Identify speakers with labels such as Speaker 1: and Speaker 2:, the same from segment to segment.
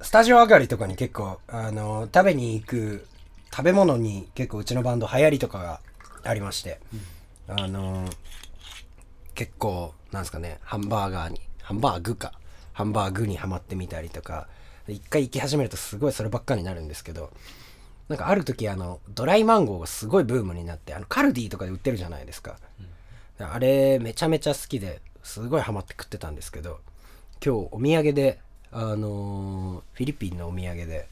Speaker 1: スタジオ上がりとかに結構、あの、食べに行く食べ物に結構うちのバンド流行りとかがありまして、あの、結構、なんですかね、ハンバーガーに、ハンバーグか、ハンバーグにハマってみたりとか、一回行き始めるとすごいそればっかりになるんですけど、なんかある時あの、ドライマンゴーがすごいブームになって、あの、カルディとかで売ってるじゃないですか。あれ、めちゃめちゃ好きで、すごいハマって食ってたんですけど、今日お土産で、あのーフィリピンのお土産で、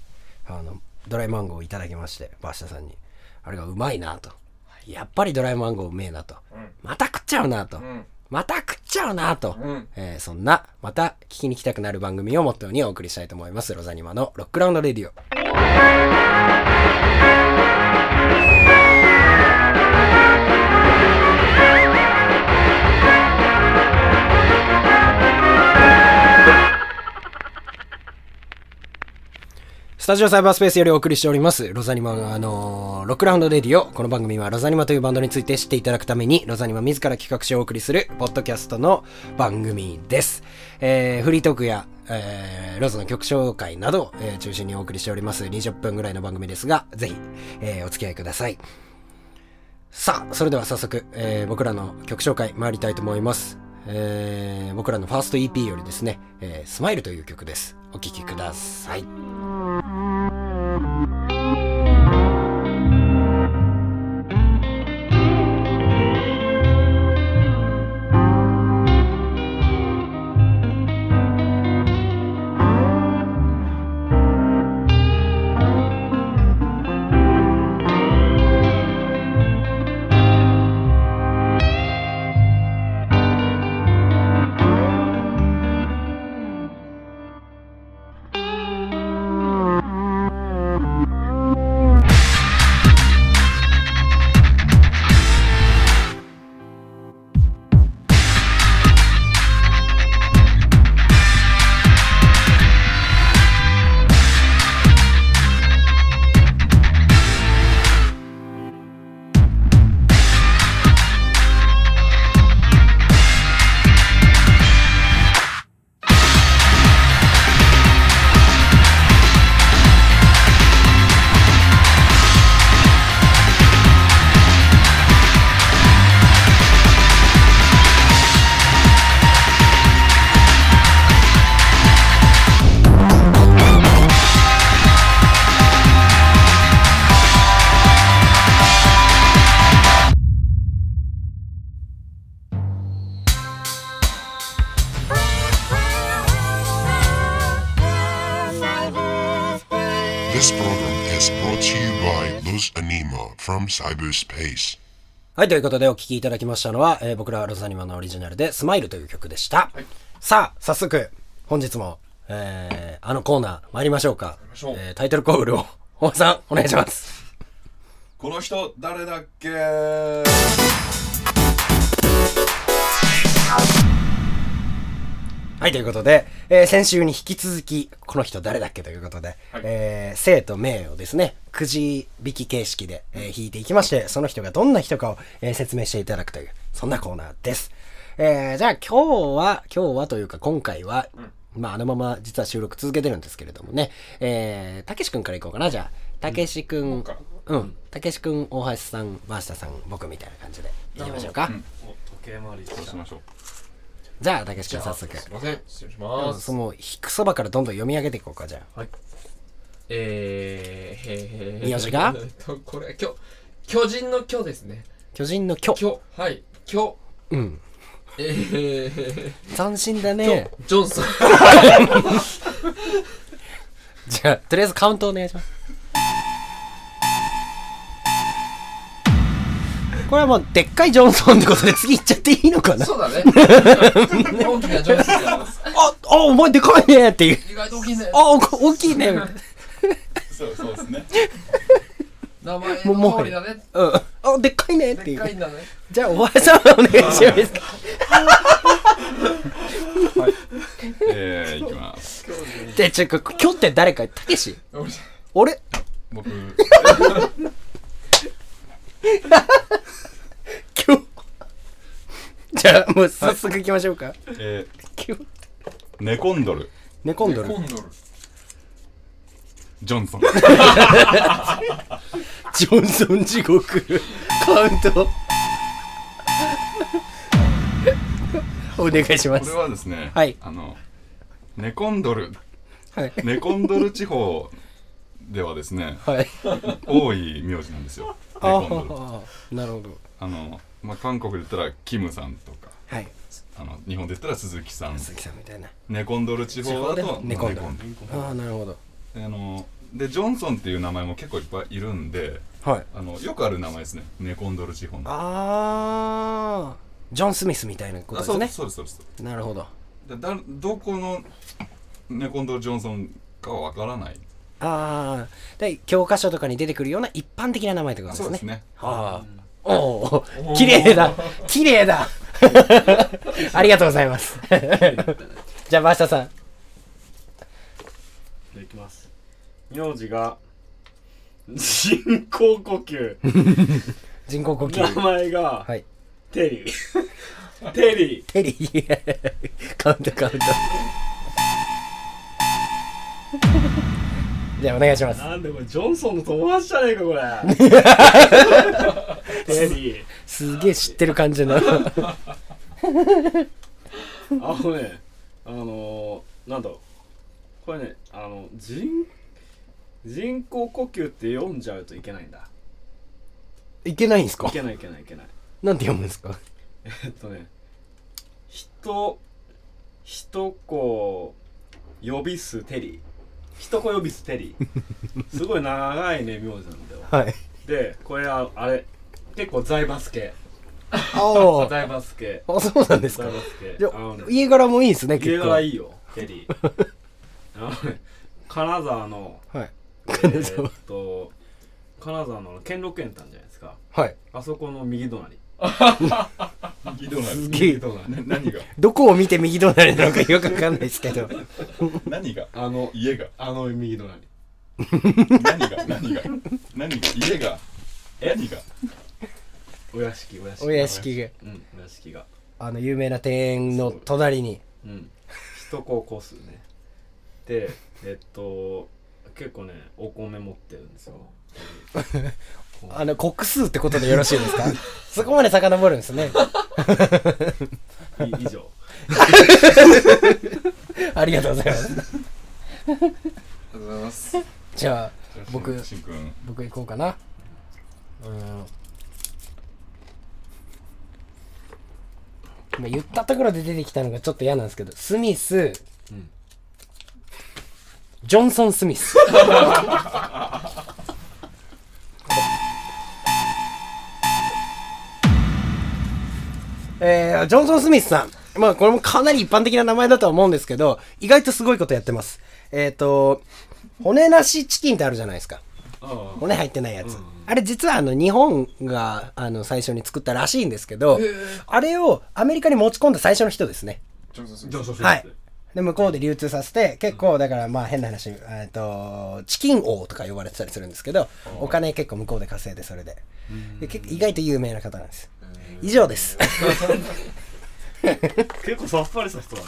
Speaker 1: あの、ドライマンゴーをいただきまして、バッシャさんに。あれがうまいなと。やっぱりドライマンゴーうめえなと。また食っちゃうなと。また食っちゃうなと。えーそんな、また聞きに来たくなる番組をモットーにお送りしたいと思います。ロザニマのロックラウンドレディオ。スタジオサイバースペースよりお送りしております、ロザニマの、あのーロックラウンドレディオ。この番組はロザニマというバンドについて知っていただくために、ロザニマ自ら企画しお送りする、ポッドキャストの番組です。えー、フリートークや、えー、ロザの曲紹介などを、えー中心にお送りしております、20分ぐらいの番組ですが、ぜひ、えーお付き合いください。さあ、それでは早速、えー僕らの曲紹介参りたいと思います。えー僕らのファースト EP よりですね、えースマイルという曲です。お聴きください。
Speaker 2: This program is brought to you by Luz Anima from cyberspace.
Speaker 1: はい、ということでお聴きいただきましたのは、えー僕らロザニマのオリジナルで、スマイルという曲でした。さあ、早速、本日も、えーあのコーナー参りましょうか。えータイトルコールを、本さん、お願いします。
Speaker 3: この人誰だっけ
Speaker 1: はい、ということで、えー先週に引き続き、この人誰だっけということで、えー生と名をですね、くじ引き形式で、えー引いていきまして、その人がどんな人かを、えー説明していただくという、そんなコーナーです。えーじゃあ今日は、今日はというか今回は、まああのまま実は収録続けてるんですけれどもね、えーたけし君からいこうかな、じゃあ。たけし君、うん、たけし君、大橋さん、バーシタさん、僕みたいな感じでいきましょうか。
Speaker 4: 時計回りしましょう。
Speaker 1: じゃあ、たけし君早速。
Speaker 4: すいません。失礼します。
Speaker 1: その、ひくそばからどんどん読み上げていこうか、じゃあ。
Speaker 4: えー、へーへー
Speaker 1: 宮地が
Speaker 4: えーっと これ、巨、巨人の巨ですね。
Speaker 1: 巨人の巨。
Speaker 4: 巨、はい、巨。
Speaker 1: うん。
Speaker 4: えー、
Speaker 1: 斬新だ
Speaker 4: 巨、
Speaker 1: ね。
Speaker 4: ジョン ソン。
Speaker 1: じゃあ、とりあえずカウントお願いします。これはもう、でっかいジョンソンってことで次行っちゃっていいのかな
Speaker 4: そうだね。大きなジョンソンです。
Speaker 1: あ、あ、お前でかいねっていう。
Speaker 4: 意外と大きいね。
Speaker 1: あ、お大きい ね。
Speaker 3: そうそうですね。
Speaker 4: 名前の通りだね。
Speaker 1: うん。あ、でっかいねって
Speaker 4: で
Speaker 1: い。
Speaker 4: っかいうんだね。
Speaker 1: じゃあ、おばあさんお願いします。
Speaker 5: えー、いきます。
Speaker 1: で、ちょ、こ今日って誰か、たけし
Speaker 4: 俺
Speaker 1: 俺
Speaker 5: 僕、
Speaker 1: 今日。じゃあ、もう早速行きましょうか。
Speaker 5: え
Speaker 1: 今日。
Speaker 5: ー、寝込んどる。
Speaker 1: 寝込んどる。
Speaker 3: コンドル。
Speaker 5: ジョンソン。
Speaker 1: ジョンソン地獄カウントお願いしま
Speaker 5: これ
Speaker 1: す
Speaker 5: はですね、
Speaker 1: はい
Speaker 5: あの、ネコンドル、
Speaker 1: はい
Speaker 5: ネコンドル地方ではですね、
Speaker 1: はい
Speaker 5: 多い名字なんですよ。ネ
Speaker 1: あ
Speaker 5: コンドル。
Speaker 1: あなるほど
Speaker 5: あの、まあ、韓国で言ったらキムさんとか、
Speaker 1: はい
Speaker 5: あの日本で言ったら鈴木さん、
Speaker 1: 鈴木さんみたいな
Speaker 5: ネコンドル地方だ
Speaker 1: 地方
Speaker 5: と
Speaker 1: でネコンドル
Speaker 5: ル
Speaker 1: ああなるほど
Speaker 5: あのでジョンソンっていう名前も結構いっぱいいるんで
Speaker 1: はい
Speaker 5: あのよくある名前ですねネコンドル地方の
Speaker 1: ああジョン・スミスみたいなこと
Speaker 5: そう
Speaker 1: で
Speaker 5: ですすそうですそうです
Speaker 1: ねなるほど
Speaker 5: でだどこのネコンドル・ジョンソンかはわからない
Speaker 1: ああで教科書とかに出てくるような一般的な名前ってことですね
Speaker 5: そうですね
Speaker 1: ああおお綺麗だ綺麗だありがとうございますじゃあバシタさん
Speaker 6: じゃあいきます名字が人工呼吸
Speaker 1: 人工呼
Speaker 6: 名
Speaker 1: 吸
Speaker 6: 前が
Speaker 1: はい
Speaker 6: テリー テリ
Speaker 1: テリーカウントカウントじゃあお願いしま
Speaker 6: ー
Speaker 1: す
Speaker 6: なんでこれジョンソンの友達じゃねえかこ れテリー
Speaker 1: すげえ知ってる感じの
Speaker 6: あのねあのー、なんだろうこれねあの人人工呼吸って読んじゃうといけないんだ
Speaker 1: いけないんですか
Speaker 6: いけないいけないいけない
Speaker 1: なんて読むんですか
Speaker 6: えっとね人人子呼びすテリー人子呼びすテリ ーすごい長いね名字なんだよ
Speaker 1: はい
Speaker 6: でこれはあれ結構財閥系
Speaker 1: お
Speaker 6: 財閥系
Speaker 1: おあそうなんです
Speaker 6: 財
Speaker 1: か
Speaker 6: 閥系
Speaker 1: じゃ
Speaker 6: あの
Speaker 1: あ
Speaker 6: ね
Speaker 1: 家柄もいいんですね結構
Speaker 6: 家柄いいよテリーあのね金沢の
Speaker 1: はい
Speaker 6: え
Speaker 1: 沢
Speaker 6: ーっと金沢の兼六園たんじゃないですか
Speaker 1: はい
Speaker 6: あそこの右隣
Speaker 5: 聞いてもらえます
Speaker 1: げえ
Speaker 6: 右隣
Speaker 5: な何が
Speaker 1: どこを見て右隣なのかよくわかんないですけど
Speaker 5: 何が
Speaker 6: あの
Speaker 5: 家が
Speaker 6: あの右隣
Speaker 5: 何が何 が何が家が何が
Speaker 6: お屋敷お屋敷
Speaker 1: お屋敷が
Speaker 6: うんお屋敷が
Speaker 1: あの有名な庭園の隣に
Speaker 6: うん人高校数ねでえっと結構ねお米持ってるんですよ
Speaker 1: あの国数ってことでよろしいですか そこまで遡るんですね
Speaker 6: い 以上
Speaker 1: ありがとうございます
Speaker 5: ありがとうございます
Speaker 1: じゃあ僕
Speaker 5: しんくん
Speaker 1: 僕行こうかなうーん今言ったところで出てきたのがちょっと嫌なんですけどスミス、
Speaker 6: ん
Speaker 1: ジョンソン・スミスえー、ジョンソン・スミスさん。まあ、これもかなり一般的な名前だとは思うんですけど、意外とすごいことやってます。えっ、ー、と、骨なしチキンってあるじゃないですか。
Speaker 6: あ
Speaker 1: 骨入ってないやつ、あれ実はあの日本があの最初に作ったらしいんですけどあれをアメリカに持ち込んだ最初の人ですね
Speaker 6: あじゃあそうそう
Speaker 1: はいで向こうで流通させて結構だからまあ変な話、えっとチキン王とか呼ばれてたりするんですけどお金結構向こうで稼いでそれでで結構意外と有名な方なんです以上です
Speaker 6: 結構さっぱりした人だ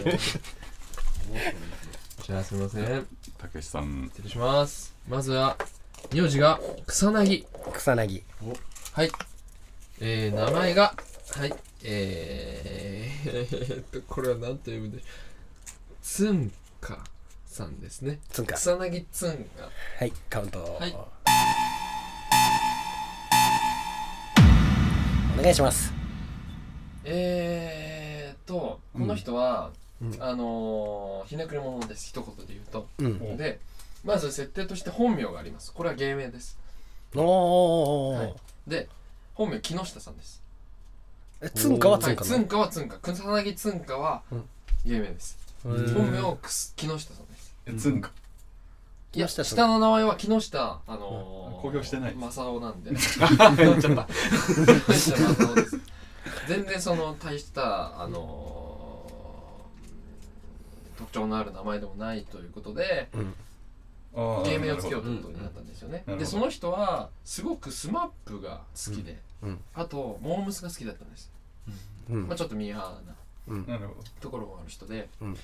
Speaker 6: ね
Speaker 4: じゃあすみません。失
Speaker 5: たけしさん
Speaker 4: 礼します。まずは、名字が草薙。
Speaker 1: 草薙
Speaker 4: はい。えー、名前が、はい。えー、えーっと、これは何と読むんで、つんかさんですね。
Speaker 1: つんか
Speaker 4: 草薙つんか。
Speaker 1: はいカウント、
Speaker 4: はい
Speaker 1: お願いします
Speaker 4: えーっと、この人は、あのー、ひねくれ者です。一言で言うと。
Speaker 1: うん
Speaker 4: で、まず設定として本名があります。これは芸名です。
Speaker 1: お
Speaker 4: は
Speaker 1: ー
Speaker 4: いで、本名木下さんです。
Speaker 1: えつんかはつ
Speaker 4: は
Speaker 1: ん
Speaker 4: い、
Speaker 1: か
Speaker 4: つ
Speaker 1: なん
Speaker 4: かはつんか。草薙つんかは
Speaker 1: うん
Speaker 4: 芸名です。
Speaker 1: の
Speaker 4: 本名はくす木下さんで
Speaker 5: つ
Speaker 4: す。
Speaker 5: んか
Speaker 4: いや、
Speaker 1: 木下さん
Speaker 4: 下の名前は木下、あのー、
Speaker 5: 公表してない
Speaker 4: 正雄なんで。やっちゃった。木下正雄です。全然その、大した、あのー、特徴のある名前でもないということで、芸名をつけようということになったんですよね。
Speaker 5: うん
Speaker 4: で、その人は、すごくスマップが好きで、
Speaker 1: うんうん
Speaker 4: あと、モームスが好きだったんです。
Speaker 1: うん
Speaker 4: まあちょっとミーハーな
Speaker 5: なるほど
Speaker 4: ところもある人で、
Speaker 1: うん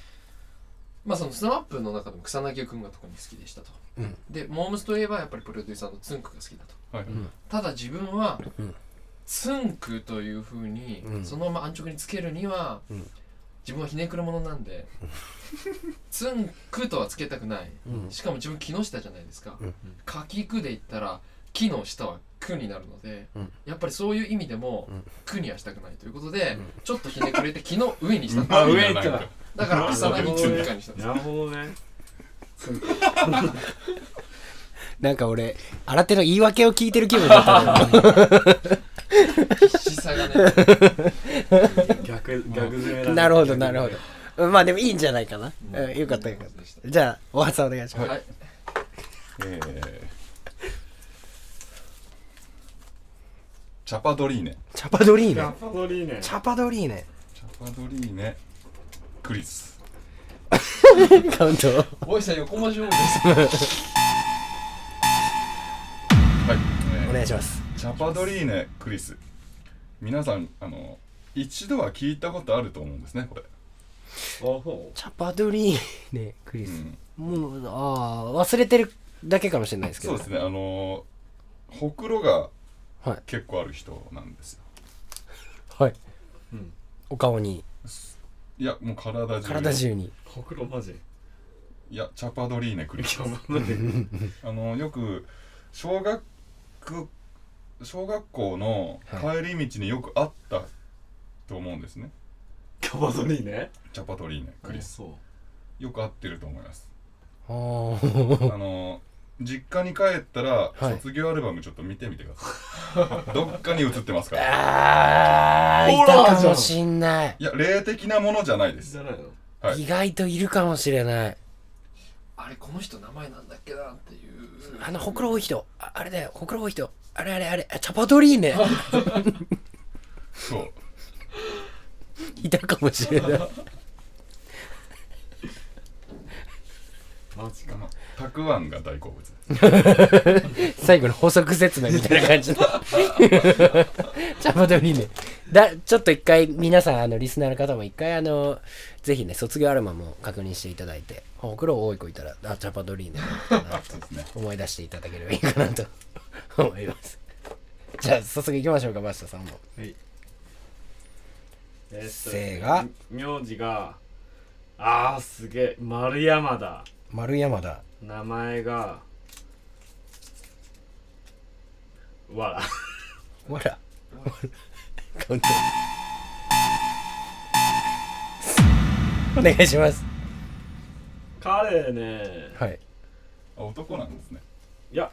Speaker 4: まあそのスマップの中でも草薙君が特に好きでしたと、
Speaker 1: うん
Speaker 4: でモームスといえばやっぱりプロデューサーのつんくが好きだと
Speaker 5: はい
Speaker 4: ただ自分は
Speaker 1: うん
Speaker 4: つんくというふうに、
Speaker 1: うん
Speaker 4: そのまま安直につけるには、
Speaker 1: うん
Speaker 4: 自分はひねくるものなん でつんくとはつけたくない
Speaker 1: うん
Speaker 4: しかも自分木下じゃないですか、
Speaker 1: うん
Speaker 4: 柿くで言ったら木の下はくになるので、
Speaker 1: うん
Speaker 4: やっぱりそういう意味でも
Speaker 1: うん
Speaker 4: くにはしたくないということで、ちょっとひねくれて木の上 にしたんです
Speaker 6: あ上行ったら
Speaker 4: だから草薙つんかにしたんです
Speaker 6: なるほどね
Speaker 1: なんか俺、新手の言い訳を聞いてる気分だったのよ
Speaker 4: 必死さ がね
Speaker 6: 逆逆攻めだね
Speaker 1: なるほど、なるほど。うんまあでもいいんじゃないかな。うんよかったよかっ。
Speaker 4: でした
Speaker 1: じゃあ、おはさんお願いします。
Speaker 4: はい
Speaker 5: えーチャパドリーネ
Speaker 1: チャパドリー
Speaker 6: ラ
Speaker 1: ネ。
Speaker 6: パドリーネ
Speaker 1: チャパドリーネ。
Speaker 5: チャパドリーネクリス
Speaker 1: カウント。
Speaker 4: 大石さん横文字多いで
Speaker 5: はい、えー
Speaker 1: お願いします。
Speaker 5: チャパドリーネクリス皆さんあの一度は聞いたことあると思うんですねこれ、
Speaker 6: おほ
Speaker 1: チャパドリーネ、クリ
Speaker 5: う
Speaker 1: ス。
Speaker 5: ん、
Speaker 1: もう、ああ、忘れてるだけかもしれないですけ
Speaker 5: そ
Speaker 1: ど
Speaker 5: うで。すねあのほくろが
Speaker 1: はい
Speaker 5: 結構ある人なんですよ、
Speaker 1: はい
Speaker 6: ん。
Speaker 1: お顔に、
Speaker 5: い、やもう体中
Speaker 1: 体中に。
Speaker 6: ほくろマジ
Speaker 5: いやチャパドリーネクリス
Speaker 6: やばい
Speaker 5: あのよく小学小学校の帰り道によくあったと思うんですね、
Speaker 6: キャバドリーネ
Speaker 5: チャパドリーネクリス
Speaker 6: そ
Speaker 5: よく合ってると思います
Speaker 1: あー
Speaker 5: あの実家に帰ったら、
Speaker 1: はい
Speaker 5: 卒業アルバムちょっと見てみてください どっかに映ってますから
Speaker 1: あー、
Speaker 6: ほ
Speaker 1: い
Speaker 6: ら
Speaker 1: たかもしんない。
Speaker 5: いや霊的なものじゃないで
Speaker 6: う
Speaker 5: す
Speaker 6: じゃないの
Speaker 5: はい
Speaker 1: 意外といるかもしれない。
Speaker 4: あれこの人名前なんだっけなっていう
Speaker 1: あの、ほくろ多い人。ああれだよ、ほくろ多い人。あれあれあれ、あチャパドリーネ。
Speaker 5: そう
Speaker 1: いたかもしれない。
Speaker 6: マジ
Speaker 5: あ
Speaker 6: か
Speaker 5: のたくあんが大好物です
Speaker 1: 最後の補足説明みたいな感じの。チャパドリーネ。だ、ちょっと一回、皆さん、あの、リスナーの方も一回、あの、ぜひね、卒業アルバムを確認していただいて、ほくろ多い子いたら、あ、チャパドリーネだったなと
Speaker 5: そうですね
Speaker 1: 思い出していただければいいかなと思います。じゃあ、早速行きましょうか、バシタさんも。
Speaker 6: えーっと
Speaker 1: せーが
Speaker 6: 名字があーすげえ丸山だ
Speaker 1: 丸山だ。
Speaker 6: 名前がわら
Speaker 1: ほら。カウント。お願いします。
Speaker 6: 彼ね
Speaker 1: はい。
Speaker 5: あ男なんですね
Speaker 6: いや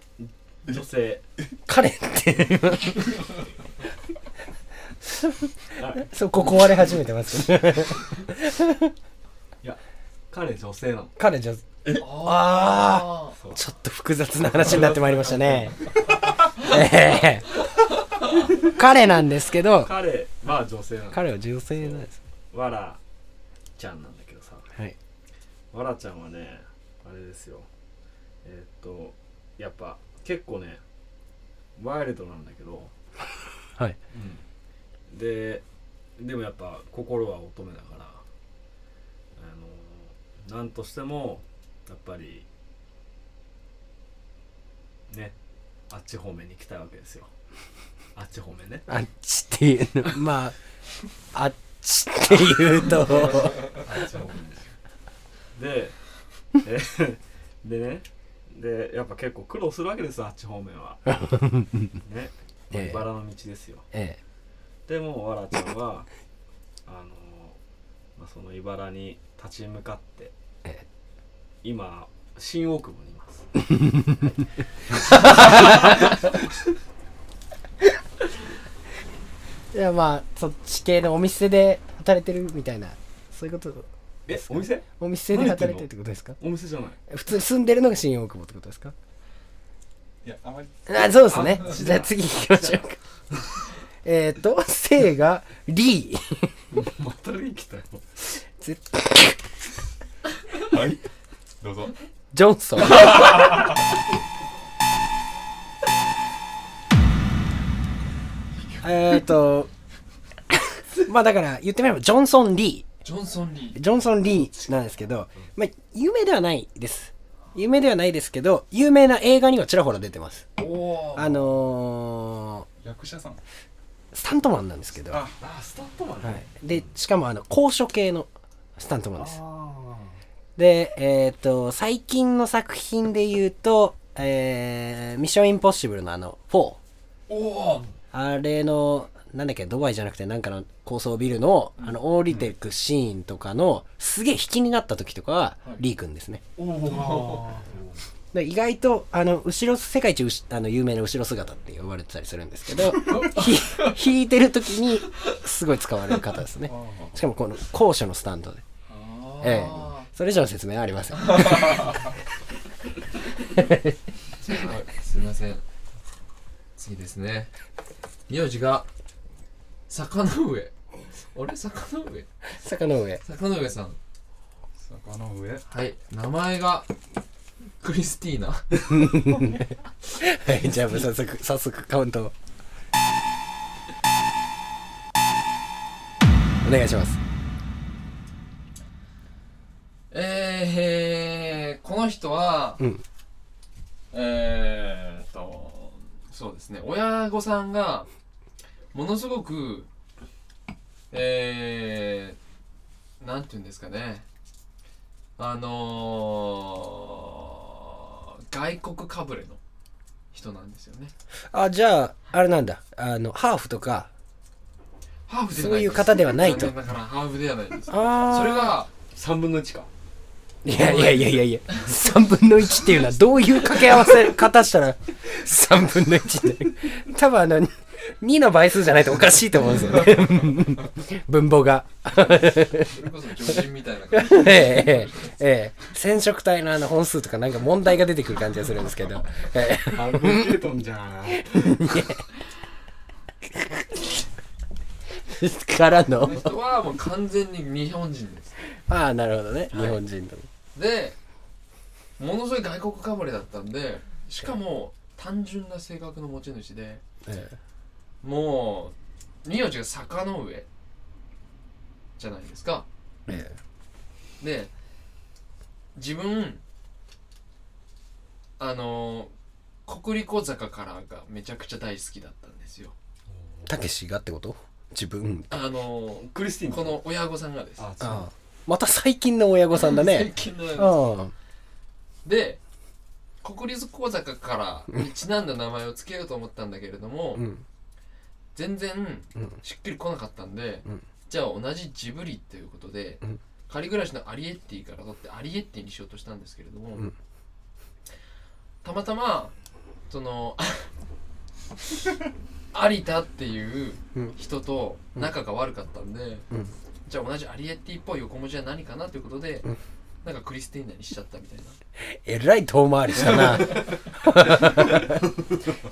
Speaker 6: 女性
Speaker 1: 彼って、
Speaker 6: はい
Speaker 1: そう、ここ壊れ始めてますけど。
Speaker 6: 彼女性なの
Speaker 1: 彼女、あ
Speaker 4: あ
Speaker 1: あ、ちょっと複雑な話になってまいりましたね。ええ彼なんですけど、
Speaker 6: 彼は女性なの
Speaker 1: 彼は女性なんです。
Speaker 6: わらちゃんなんだけどさ
Speaker 1: はい。
Speaker 6: わらちゃんはねあれですよえーっとやっぱ結構ねワイルドなんだけど
Speaker 1: はい、
Speaker 6: うん、ででもやっぱ心は乙女だからあのなんとしてもやっぱりねあっち方面に行きたいわけですよあっち方面ね
Speaker 1: あっちっていうの、まあ、あっちっていうと、
Speaker 6: でえでねでやっぱ結構苦労するわけですよあっち方面はね
Speaker 1: ええ
Speaker 6: バラの道ですよ
Speaker 1: え
Speaker 6: でもわらちゃんはあのーまあ、その茨に立ち向かって
Speaker 1: ええ
Speaker 6: 今新大久保にいます
Speaker 1: え。いや、まあ、そっち系のお店で働いてるみたいな、そういうこと、
Speaker 6: えお店
Speaker 1: お店で働いてるってことですか
Speaker 6: お店じゃない
Speaker 1: 普通に住んでるのが新大久保ってことですか
Speaker 5: いやあまり
Speaker 1: あそうですね。じゃあ次行きましょうか。えっと、姓が、リー。
Speaker 6: またリー来たよ
Speaker 1: 絶
Speaker 5: はいどうぞ
Speaker 1: ジョンソン。えっと、まあだから言ってみれば、ジョンソン・リー。
Speaker 4: ジョンソン・リー
Speaker 1: ジョンソン・リーなんですけど、まあ、有名ではないです。有名ではないですけど、有名な映画にはちらほら出てます。
Speaker 4: おー
Speaker 1: あの
Speaker 5: 役者さん
Speaker 1: ー、スタントマンなんですけど、は
Speaker 5: あ
Speaker 6: あスタットマン
Speaker 1: い、で、しかもあの、高所系のスタントマンです。
Speaker 6: あ
Speaker 1: で、えっ、と、最近の作品で言うと、えー、ミッション・インポッシブルのあの、4。
Speaker 4: おー
Speaker 1: あれの、なんだっけ、ドバイじゃなくて、なんかの高層ビルの、あの、降りてくシーンとかの、すげえ引きになった時とかは、リー君ですね。で意外と、あの、後ろ、世界一うしあの有名な後ろ姿って呼ばれてたりするんですけ ど、ひ引いてる時に、すごい使われる方ですね。しかも、この、高所のスタンドで。
Speaker 4: あー
Speaker 1: ええ。それ以上の説明はありません。
Speaker 4: はい、すいません次ですね名字が坂の上あれ坂の上
Speaker 1: 坂の上。
Speaker 4: 坂の上さん
Speaker 5: 坂の上
Speaker 4: はい名前がクリスティーナ
Speaker 1: はい、じゃあ、早速、早速カウントを。お願いします。
Speaker 4: えー、この人は、
Speaker 1: うん
Speaker 4: えーっとそうですね親御さんがものすごくえー、なんて言うんですかねあのー、外国かぶれの人なんですよね
Speaker 1: あ、じゃあ、あれなんだ。あの、ハーフとか、
Speaker 4: ハーフでは
Speaker 1: そう
Speaker 4: ない
Speaker 1: いう方ではない
Speaker 4: 残
Speaker 1: と
Speaker 4: 念。ながらハーフではないですそれ
Speaker 1: あ
Speaker 4: が
Speaker 6: 3分の1か
Speaker 1: いやいやいやいやいや、3分の1っていうのはどういう掛け合わせ 方したら3分の1って。多分あの、2の倍数じゃないとおかしいと思うんですよ ね。文法が。
Speaker 4: それこそ巨人みたいな感 じ
Speaker 1: ええええええ。染色体のあの本数とかなんか問題が出てくる感じがするんですけど。ええ
Speaker 6: アルフィケートンじゃん
Speaker 1: からの
Speaker 4: この。人はもう完全に日本人です
Speaker 1: ああ、なるほどね。日本人の。
Speaker 4: でものすごい外国かぶれだったんでしかも単純な性格の持ち主で
Speaker 1: え
Speaker 4: もう名字が坂の上じゃないですか
Speaker 1: え
Speaker 4: で自分あの国立小坂からがめちゃくちゃ大好きだったんですよ
Speaker 1: たけしがってこと自分。
Speaker 4: あの
Speaker 6: クリスティン
Speaker 4: この親御さんがです
Speaker 6: あそう
Speaker 1: ああ。また最近の親御さんだ
Speaker 4: 最
Speaker 1: ね。
Speaker 4: 近の親御さん
Speaker 1: あ
Speaker 4: で国立講坂からにちなんだ名前を付けようと思ったんだけれども、
Speaker 1: あ。うん。
Speaker 4: 全然
Speaker 1: うん
Speaker 4: しっくりこなかったんで、
Speaker 1: うん
Speaker 4: じゃあ同じジブリということで、
Speaker 1: うん
Speaker 4: 仮暮らしのアリエッティから取ってアリエッティにしようとしたんですけれども、
Speaker 1: ん
Speaker 4: たまたまそ の有田っていう人と仲が悪かったんで、
Speaker 1: うん
Speaker 4: じゃあ同じアリエッティっぽい横文字は何かなということで、なんかクリスティーナにしちゃったみたい な。
Speaker 1: えらい遠回りした な。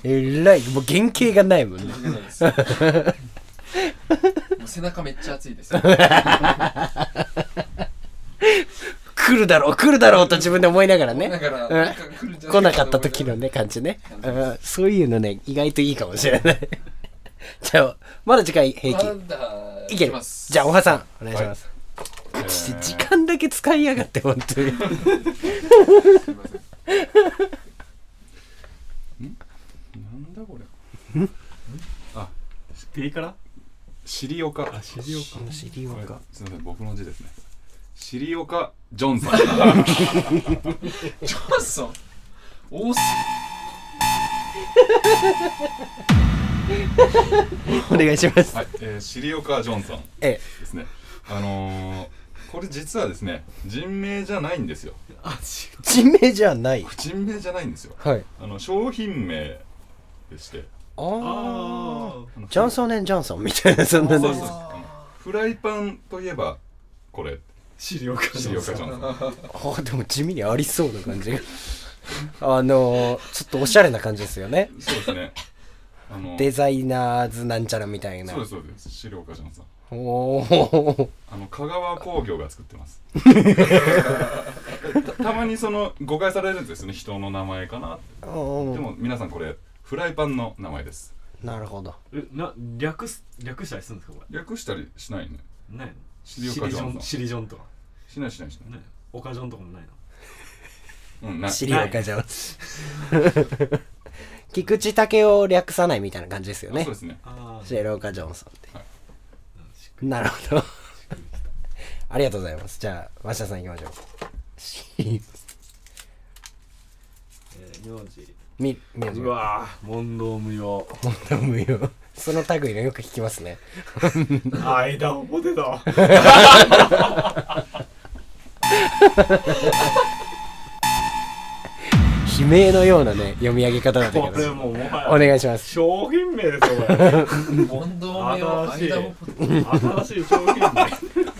Speaker 1: えらい、もう原型がないもんね。
Speaker 4: もう背中めっちゃ熱い ですよ。
Speaker 1: 来るだろう、来るだろうと自分で思いながら
Speaker 4: だ
Speaker 1: ね。
Speaker 4: から、なんか来るんじゃ
Speaker 1: 来
Speaker 4: い
Speaker 1: な
Speaker 4: と
Speaker 1: かっ
Speaker 4: 思
Speaker 1: た
Speaker 4: い
Speaker 1: 時のね、感じね
Speaker 4: 感。じ
Speaker 1: うんそういうのね、意外といいかもしれない。 じゃあ、まだ次回平
Speaker 4: ま
Speaker 1: 気。
Speaker 4: だ
Speaker 1: いけ
Speaker 4: き
Speaker 1: る
Speaker 4: ます。
Speaker 1: じゃあ、おはさん、お願いします。ち時間だけ使いやがって、本当に。
Speaker 4: すいませ
Speaker 5: な
Speaker 4: ん
Speaker 5: んだこれ
Speaker 6: ピリ辛
Speaker 5: 尻岡あ
Speaker 6: 尻岡
Speaker 1: 尻
Speaker 5: これ
Speaker 1: 岡。
Speaker 5: すみません僕の字ですね尻岡ジョン さん
Speaker 4: ジョンソン多す
Speaker 1: お願いします。
Speaker 5: はい、えー、尻岡ジョンさん
Speaker 1: ええ
Speaker 5: ですねあのー、これ実はですね人名じゃないんですよ
Speaker 1: 人名じゃない。
Speaker 5: 人名じゃないんですよ
Speaker 1: はい。
Speaker 5: あの商品名でして
Speaker 1: ああ。
Speaker 5: あの
Speaker 1: ジョンソン・ジョンソンみたいな、そんな
Speaker 5: そう
Speaker 1: の
Speaker 5: です。あのフライパンといえばこれ
Speaker 6: 資料か
Speaker 5: 尻岡ジョンさん
Speaker 1: ああでも地味にありそうな感じがあのーちょっとおしゃれな感じですよね
Speaker 5: そうですねあ の
Speaker 1: デザイナーズなんちゃらみたいな
Speaker 5: そうですそうです尻岡ジョンさん
Speaker 1: おお
Speaker 5: あの香川工業が作ってますたたまにその誤解されるんですよね人の名前かなってでも皆さんこれフライパンの名前です
Speaker 1: なるほど
Speaker 6: えな略す略したりするんですかこ
Speaker 5: 略したりしないね
Speaker 6: れない
Speaker 5: シリオ
Speaker 6: シ
Speaker 5: カ
Speaker 6: リ
Speaker 5: ジ
Speaker 6: ジ
Speaker 5: ョン
Speaker 6: ョ
Speaker 5: さ
Speaker 6: ン
Speaker 5: ん
Speaker 6: シリジョンとか
Speaker 5: しないしないしない
Speaker 6: ねオカジョンとかもないの
Speaker 5: うんない
Speaker 1: シリオカジョンズ菊池武雄を略さないみたいな感じですよ
Speaker 5: あ
Speaker 1: ね
Speaker 5: そうですね
Speaker 6: ああ
Speaker 1: シェオカ・ジョンソンって。なるほど。ありがとうございます。じゃあ、増田さん行きましょうし。
Speaker 6: えー名字
Speaker 1: み、みやじ
Speaker 6: うわぁ問答無用
Speaker 1: 本当無用。その類のよく聞きますね。
Speaker 6: 間を持てた
Speaker 1: 悲鳴のようなね、読み上げ方だった
Speaker 6: こ
Speaker 1: け
Speaker 6: れ
Speaker 1: ど。
Speaker 6: もうも
Speaker 1: お
Speaker 6: はや
Speaker 1: 願いします。
Speaker 6: 商品名ですよこれ
Speaker 4: 問答名を
Speaker 6: 新しい
Speaker 4: 間を
Speaker 6: 新しい商品名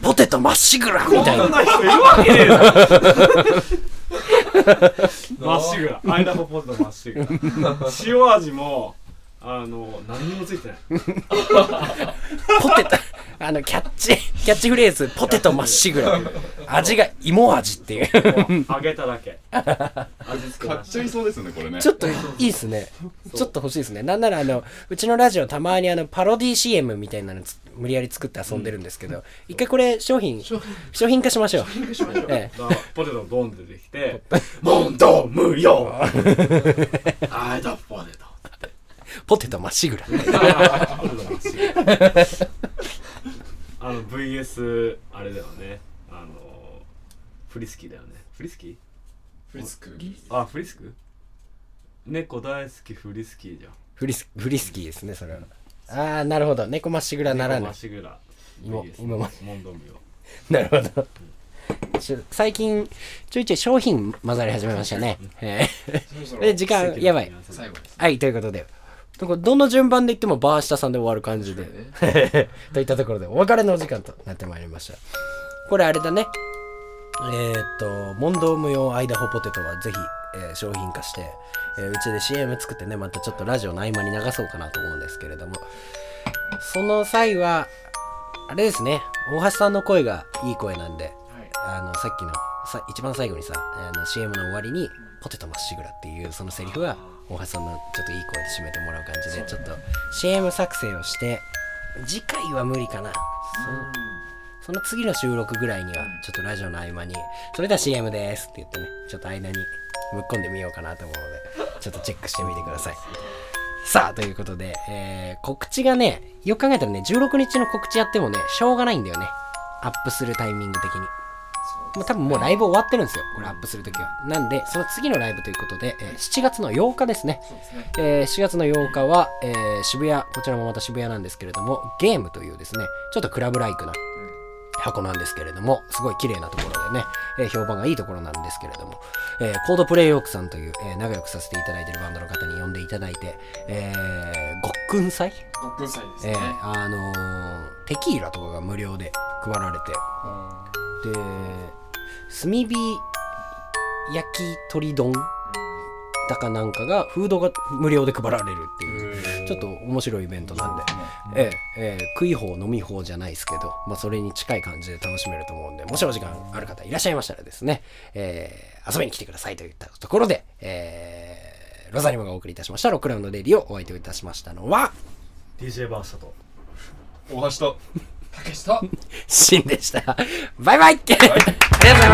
Speaker 1: ポテトまっしぐらみたい
Speaker 6: そ
Speaker 1: な。
Speaker 6: んな人いるわけねえだ ろまっしぐらアイダホポテトまっしぐら塩味もあの何にもついてない
Speaker 1: ポテト、 あの、キャッチ、キャッチフレーズ、ポテトまっしぐら。味が芋味っていう。
Speaker 6: もう揚げた だけ味付け
Speaker 5: 買っ
Speaker 6: なし
Speaker 5: ちゃいそうですよねこれね
Speaker 1: ちょっといいですね。ちょっと欲しいですね。なんならあの、うちのラジオたまにあの、パロディ CM みたいなのつ無理やり作って遊んでるんですけど、一回これ商品、商品化しましょう。ええ
Speaker 6: だからポテトドンって出て きて「問答無用! 」アイダホポテト
Speaker 1: ポテトまっしぐら。
Speaker 6: あの VS あれだよねあのフリスキーだよねフリスキー
Speaker 3: フリスク
Speaker 6: あフリスク猫大好きフリスキーじゃん
Speaker 1: フリス、フリスキーですね、それは。あー、なるほど。猫まっしぐらならぬ
Speaker 6: ま。しぐら
Speaker 1: 今
Speaker 6: VS
Speaker 1: 今まで
Speaker 6: モンドミオ
Speaker 1: なるほど。ちょ最近、ちょいちょい商品混ざり始めましたね。え
Speaker 3: そろそ
Speaker 1: え
Speaker 3: ろ
Speaker 1: で、時間、やばい。
Speaker 4: 最後です
Speaker 1: はい、ということで。なんかどの順番で言ってもバー下さんで終わる感じで。といったところでお別れのお時間となってまいりました。これあれだね。えーっと、問答無用アイダホポテトはぜひ、えー商品化して、えーうちで CM 作ってね、またちょっとラジオの合間に流そうかなと思うんですけれども、その際は、あれですね、大橋さんの声がいい声なんで、あの、さっきの、さ一番最後にさ、あの CM の終わりに、ポテトまっしぐらっていうそのセリフは、大橋さんのちょっといい声で締めてもらう感じで、ちょっと CM 作成をして、次回は無理かな。その次の収録ぐらいには、ちょっとラジオの合間に、それでは CM ですって言ってね、ちょっと間にぶっ込んでみようかなと思うので、ちょっとチェックしてみてください。さあ、ということで、えー、告知がね、よく考えたらね、16日の告知やってもね、しょうがないんだよね。アップするタイミング的に。もう多分もうライブ終わってるんですよ。これアップするときは。なんで、その次のライブということで、えー7月の8日ですね。
Speaker 3: そうですね
Speaker 1: えー7月の8日は、えー渋谷、こちらもまた渋谷なんですけれども、ゲームというですね、ちょっとクラブライクな箱なんですけれども、すごい綺麗なところでね、えー評判がいいところなんですけれども、えーコードプレイオークさんという、えー仲良くさせていただいているバンドの方に呼んでいただいて、えー、ごっくん祭、
Speaker 3: 6分歳です
Speaker 1: え
Speaker 3: ね、
Speaker 1: ーあのーテキーラとかが無料で配られて、で炭火焼き鳥丼だかなんかがフードが無料で配られるっていうちょっと面白いイベントなんで、ええええ食い方飲み方じゃないですけど、まあ、それに近い感じで楽しめると思うんでもしお時間ある方いらっしゃいましたらですね、ええ遊びに来てくださいといったところで、ええロザリムがお送りいたしましたロックラウンドレディをお相手をいたしましたのは
Speaker 6: DJ バーストと
Speaker 5: 大橋と
Speaker 4: たけしと
Speaker 1: シンでしたバイバイ、ありがとうございました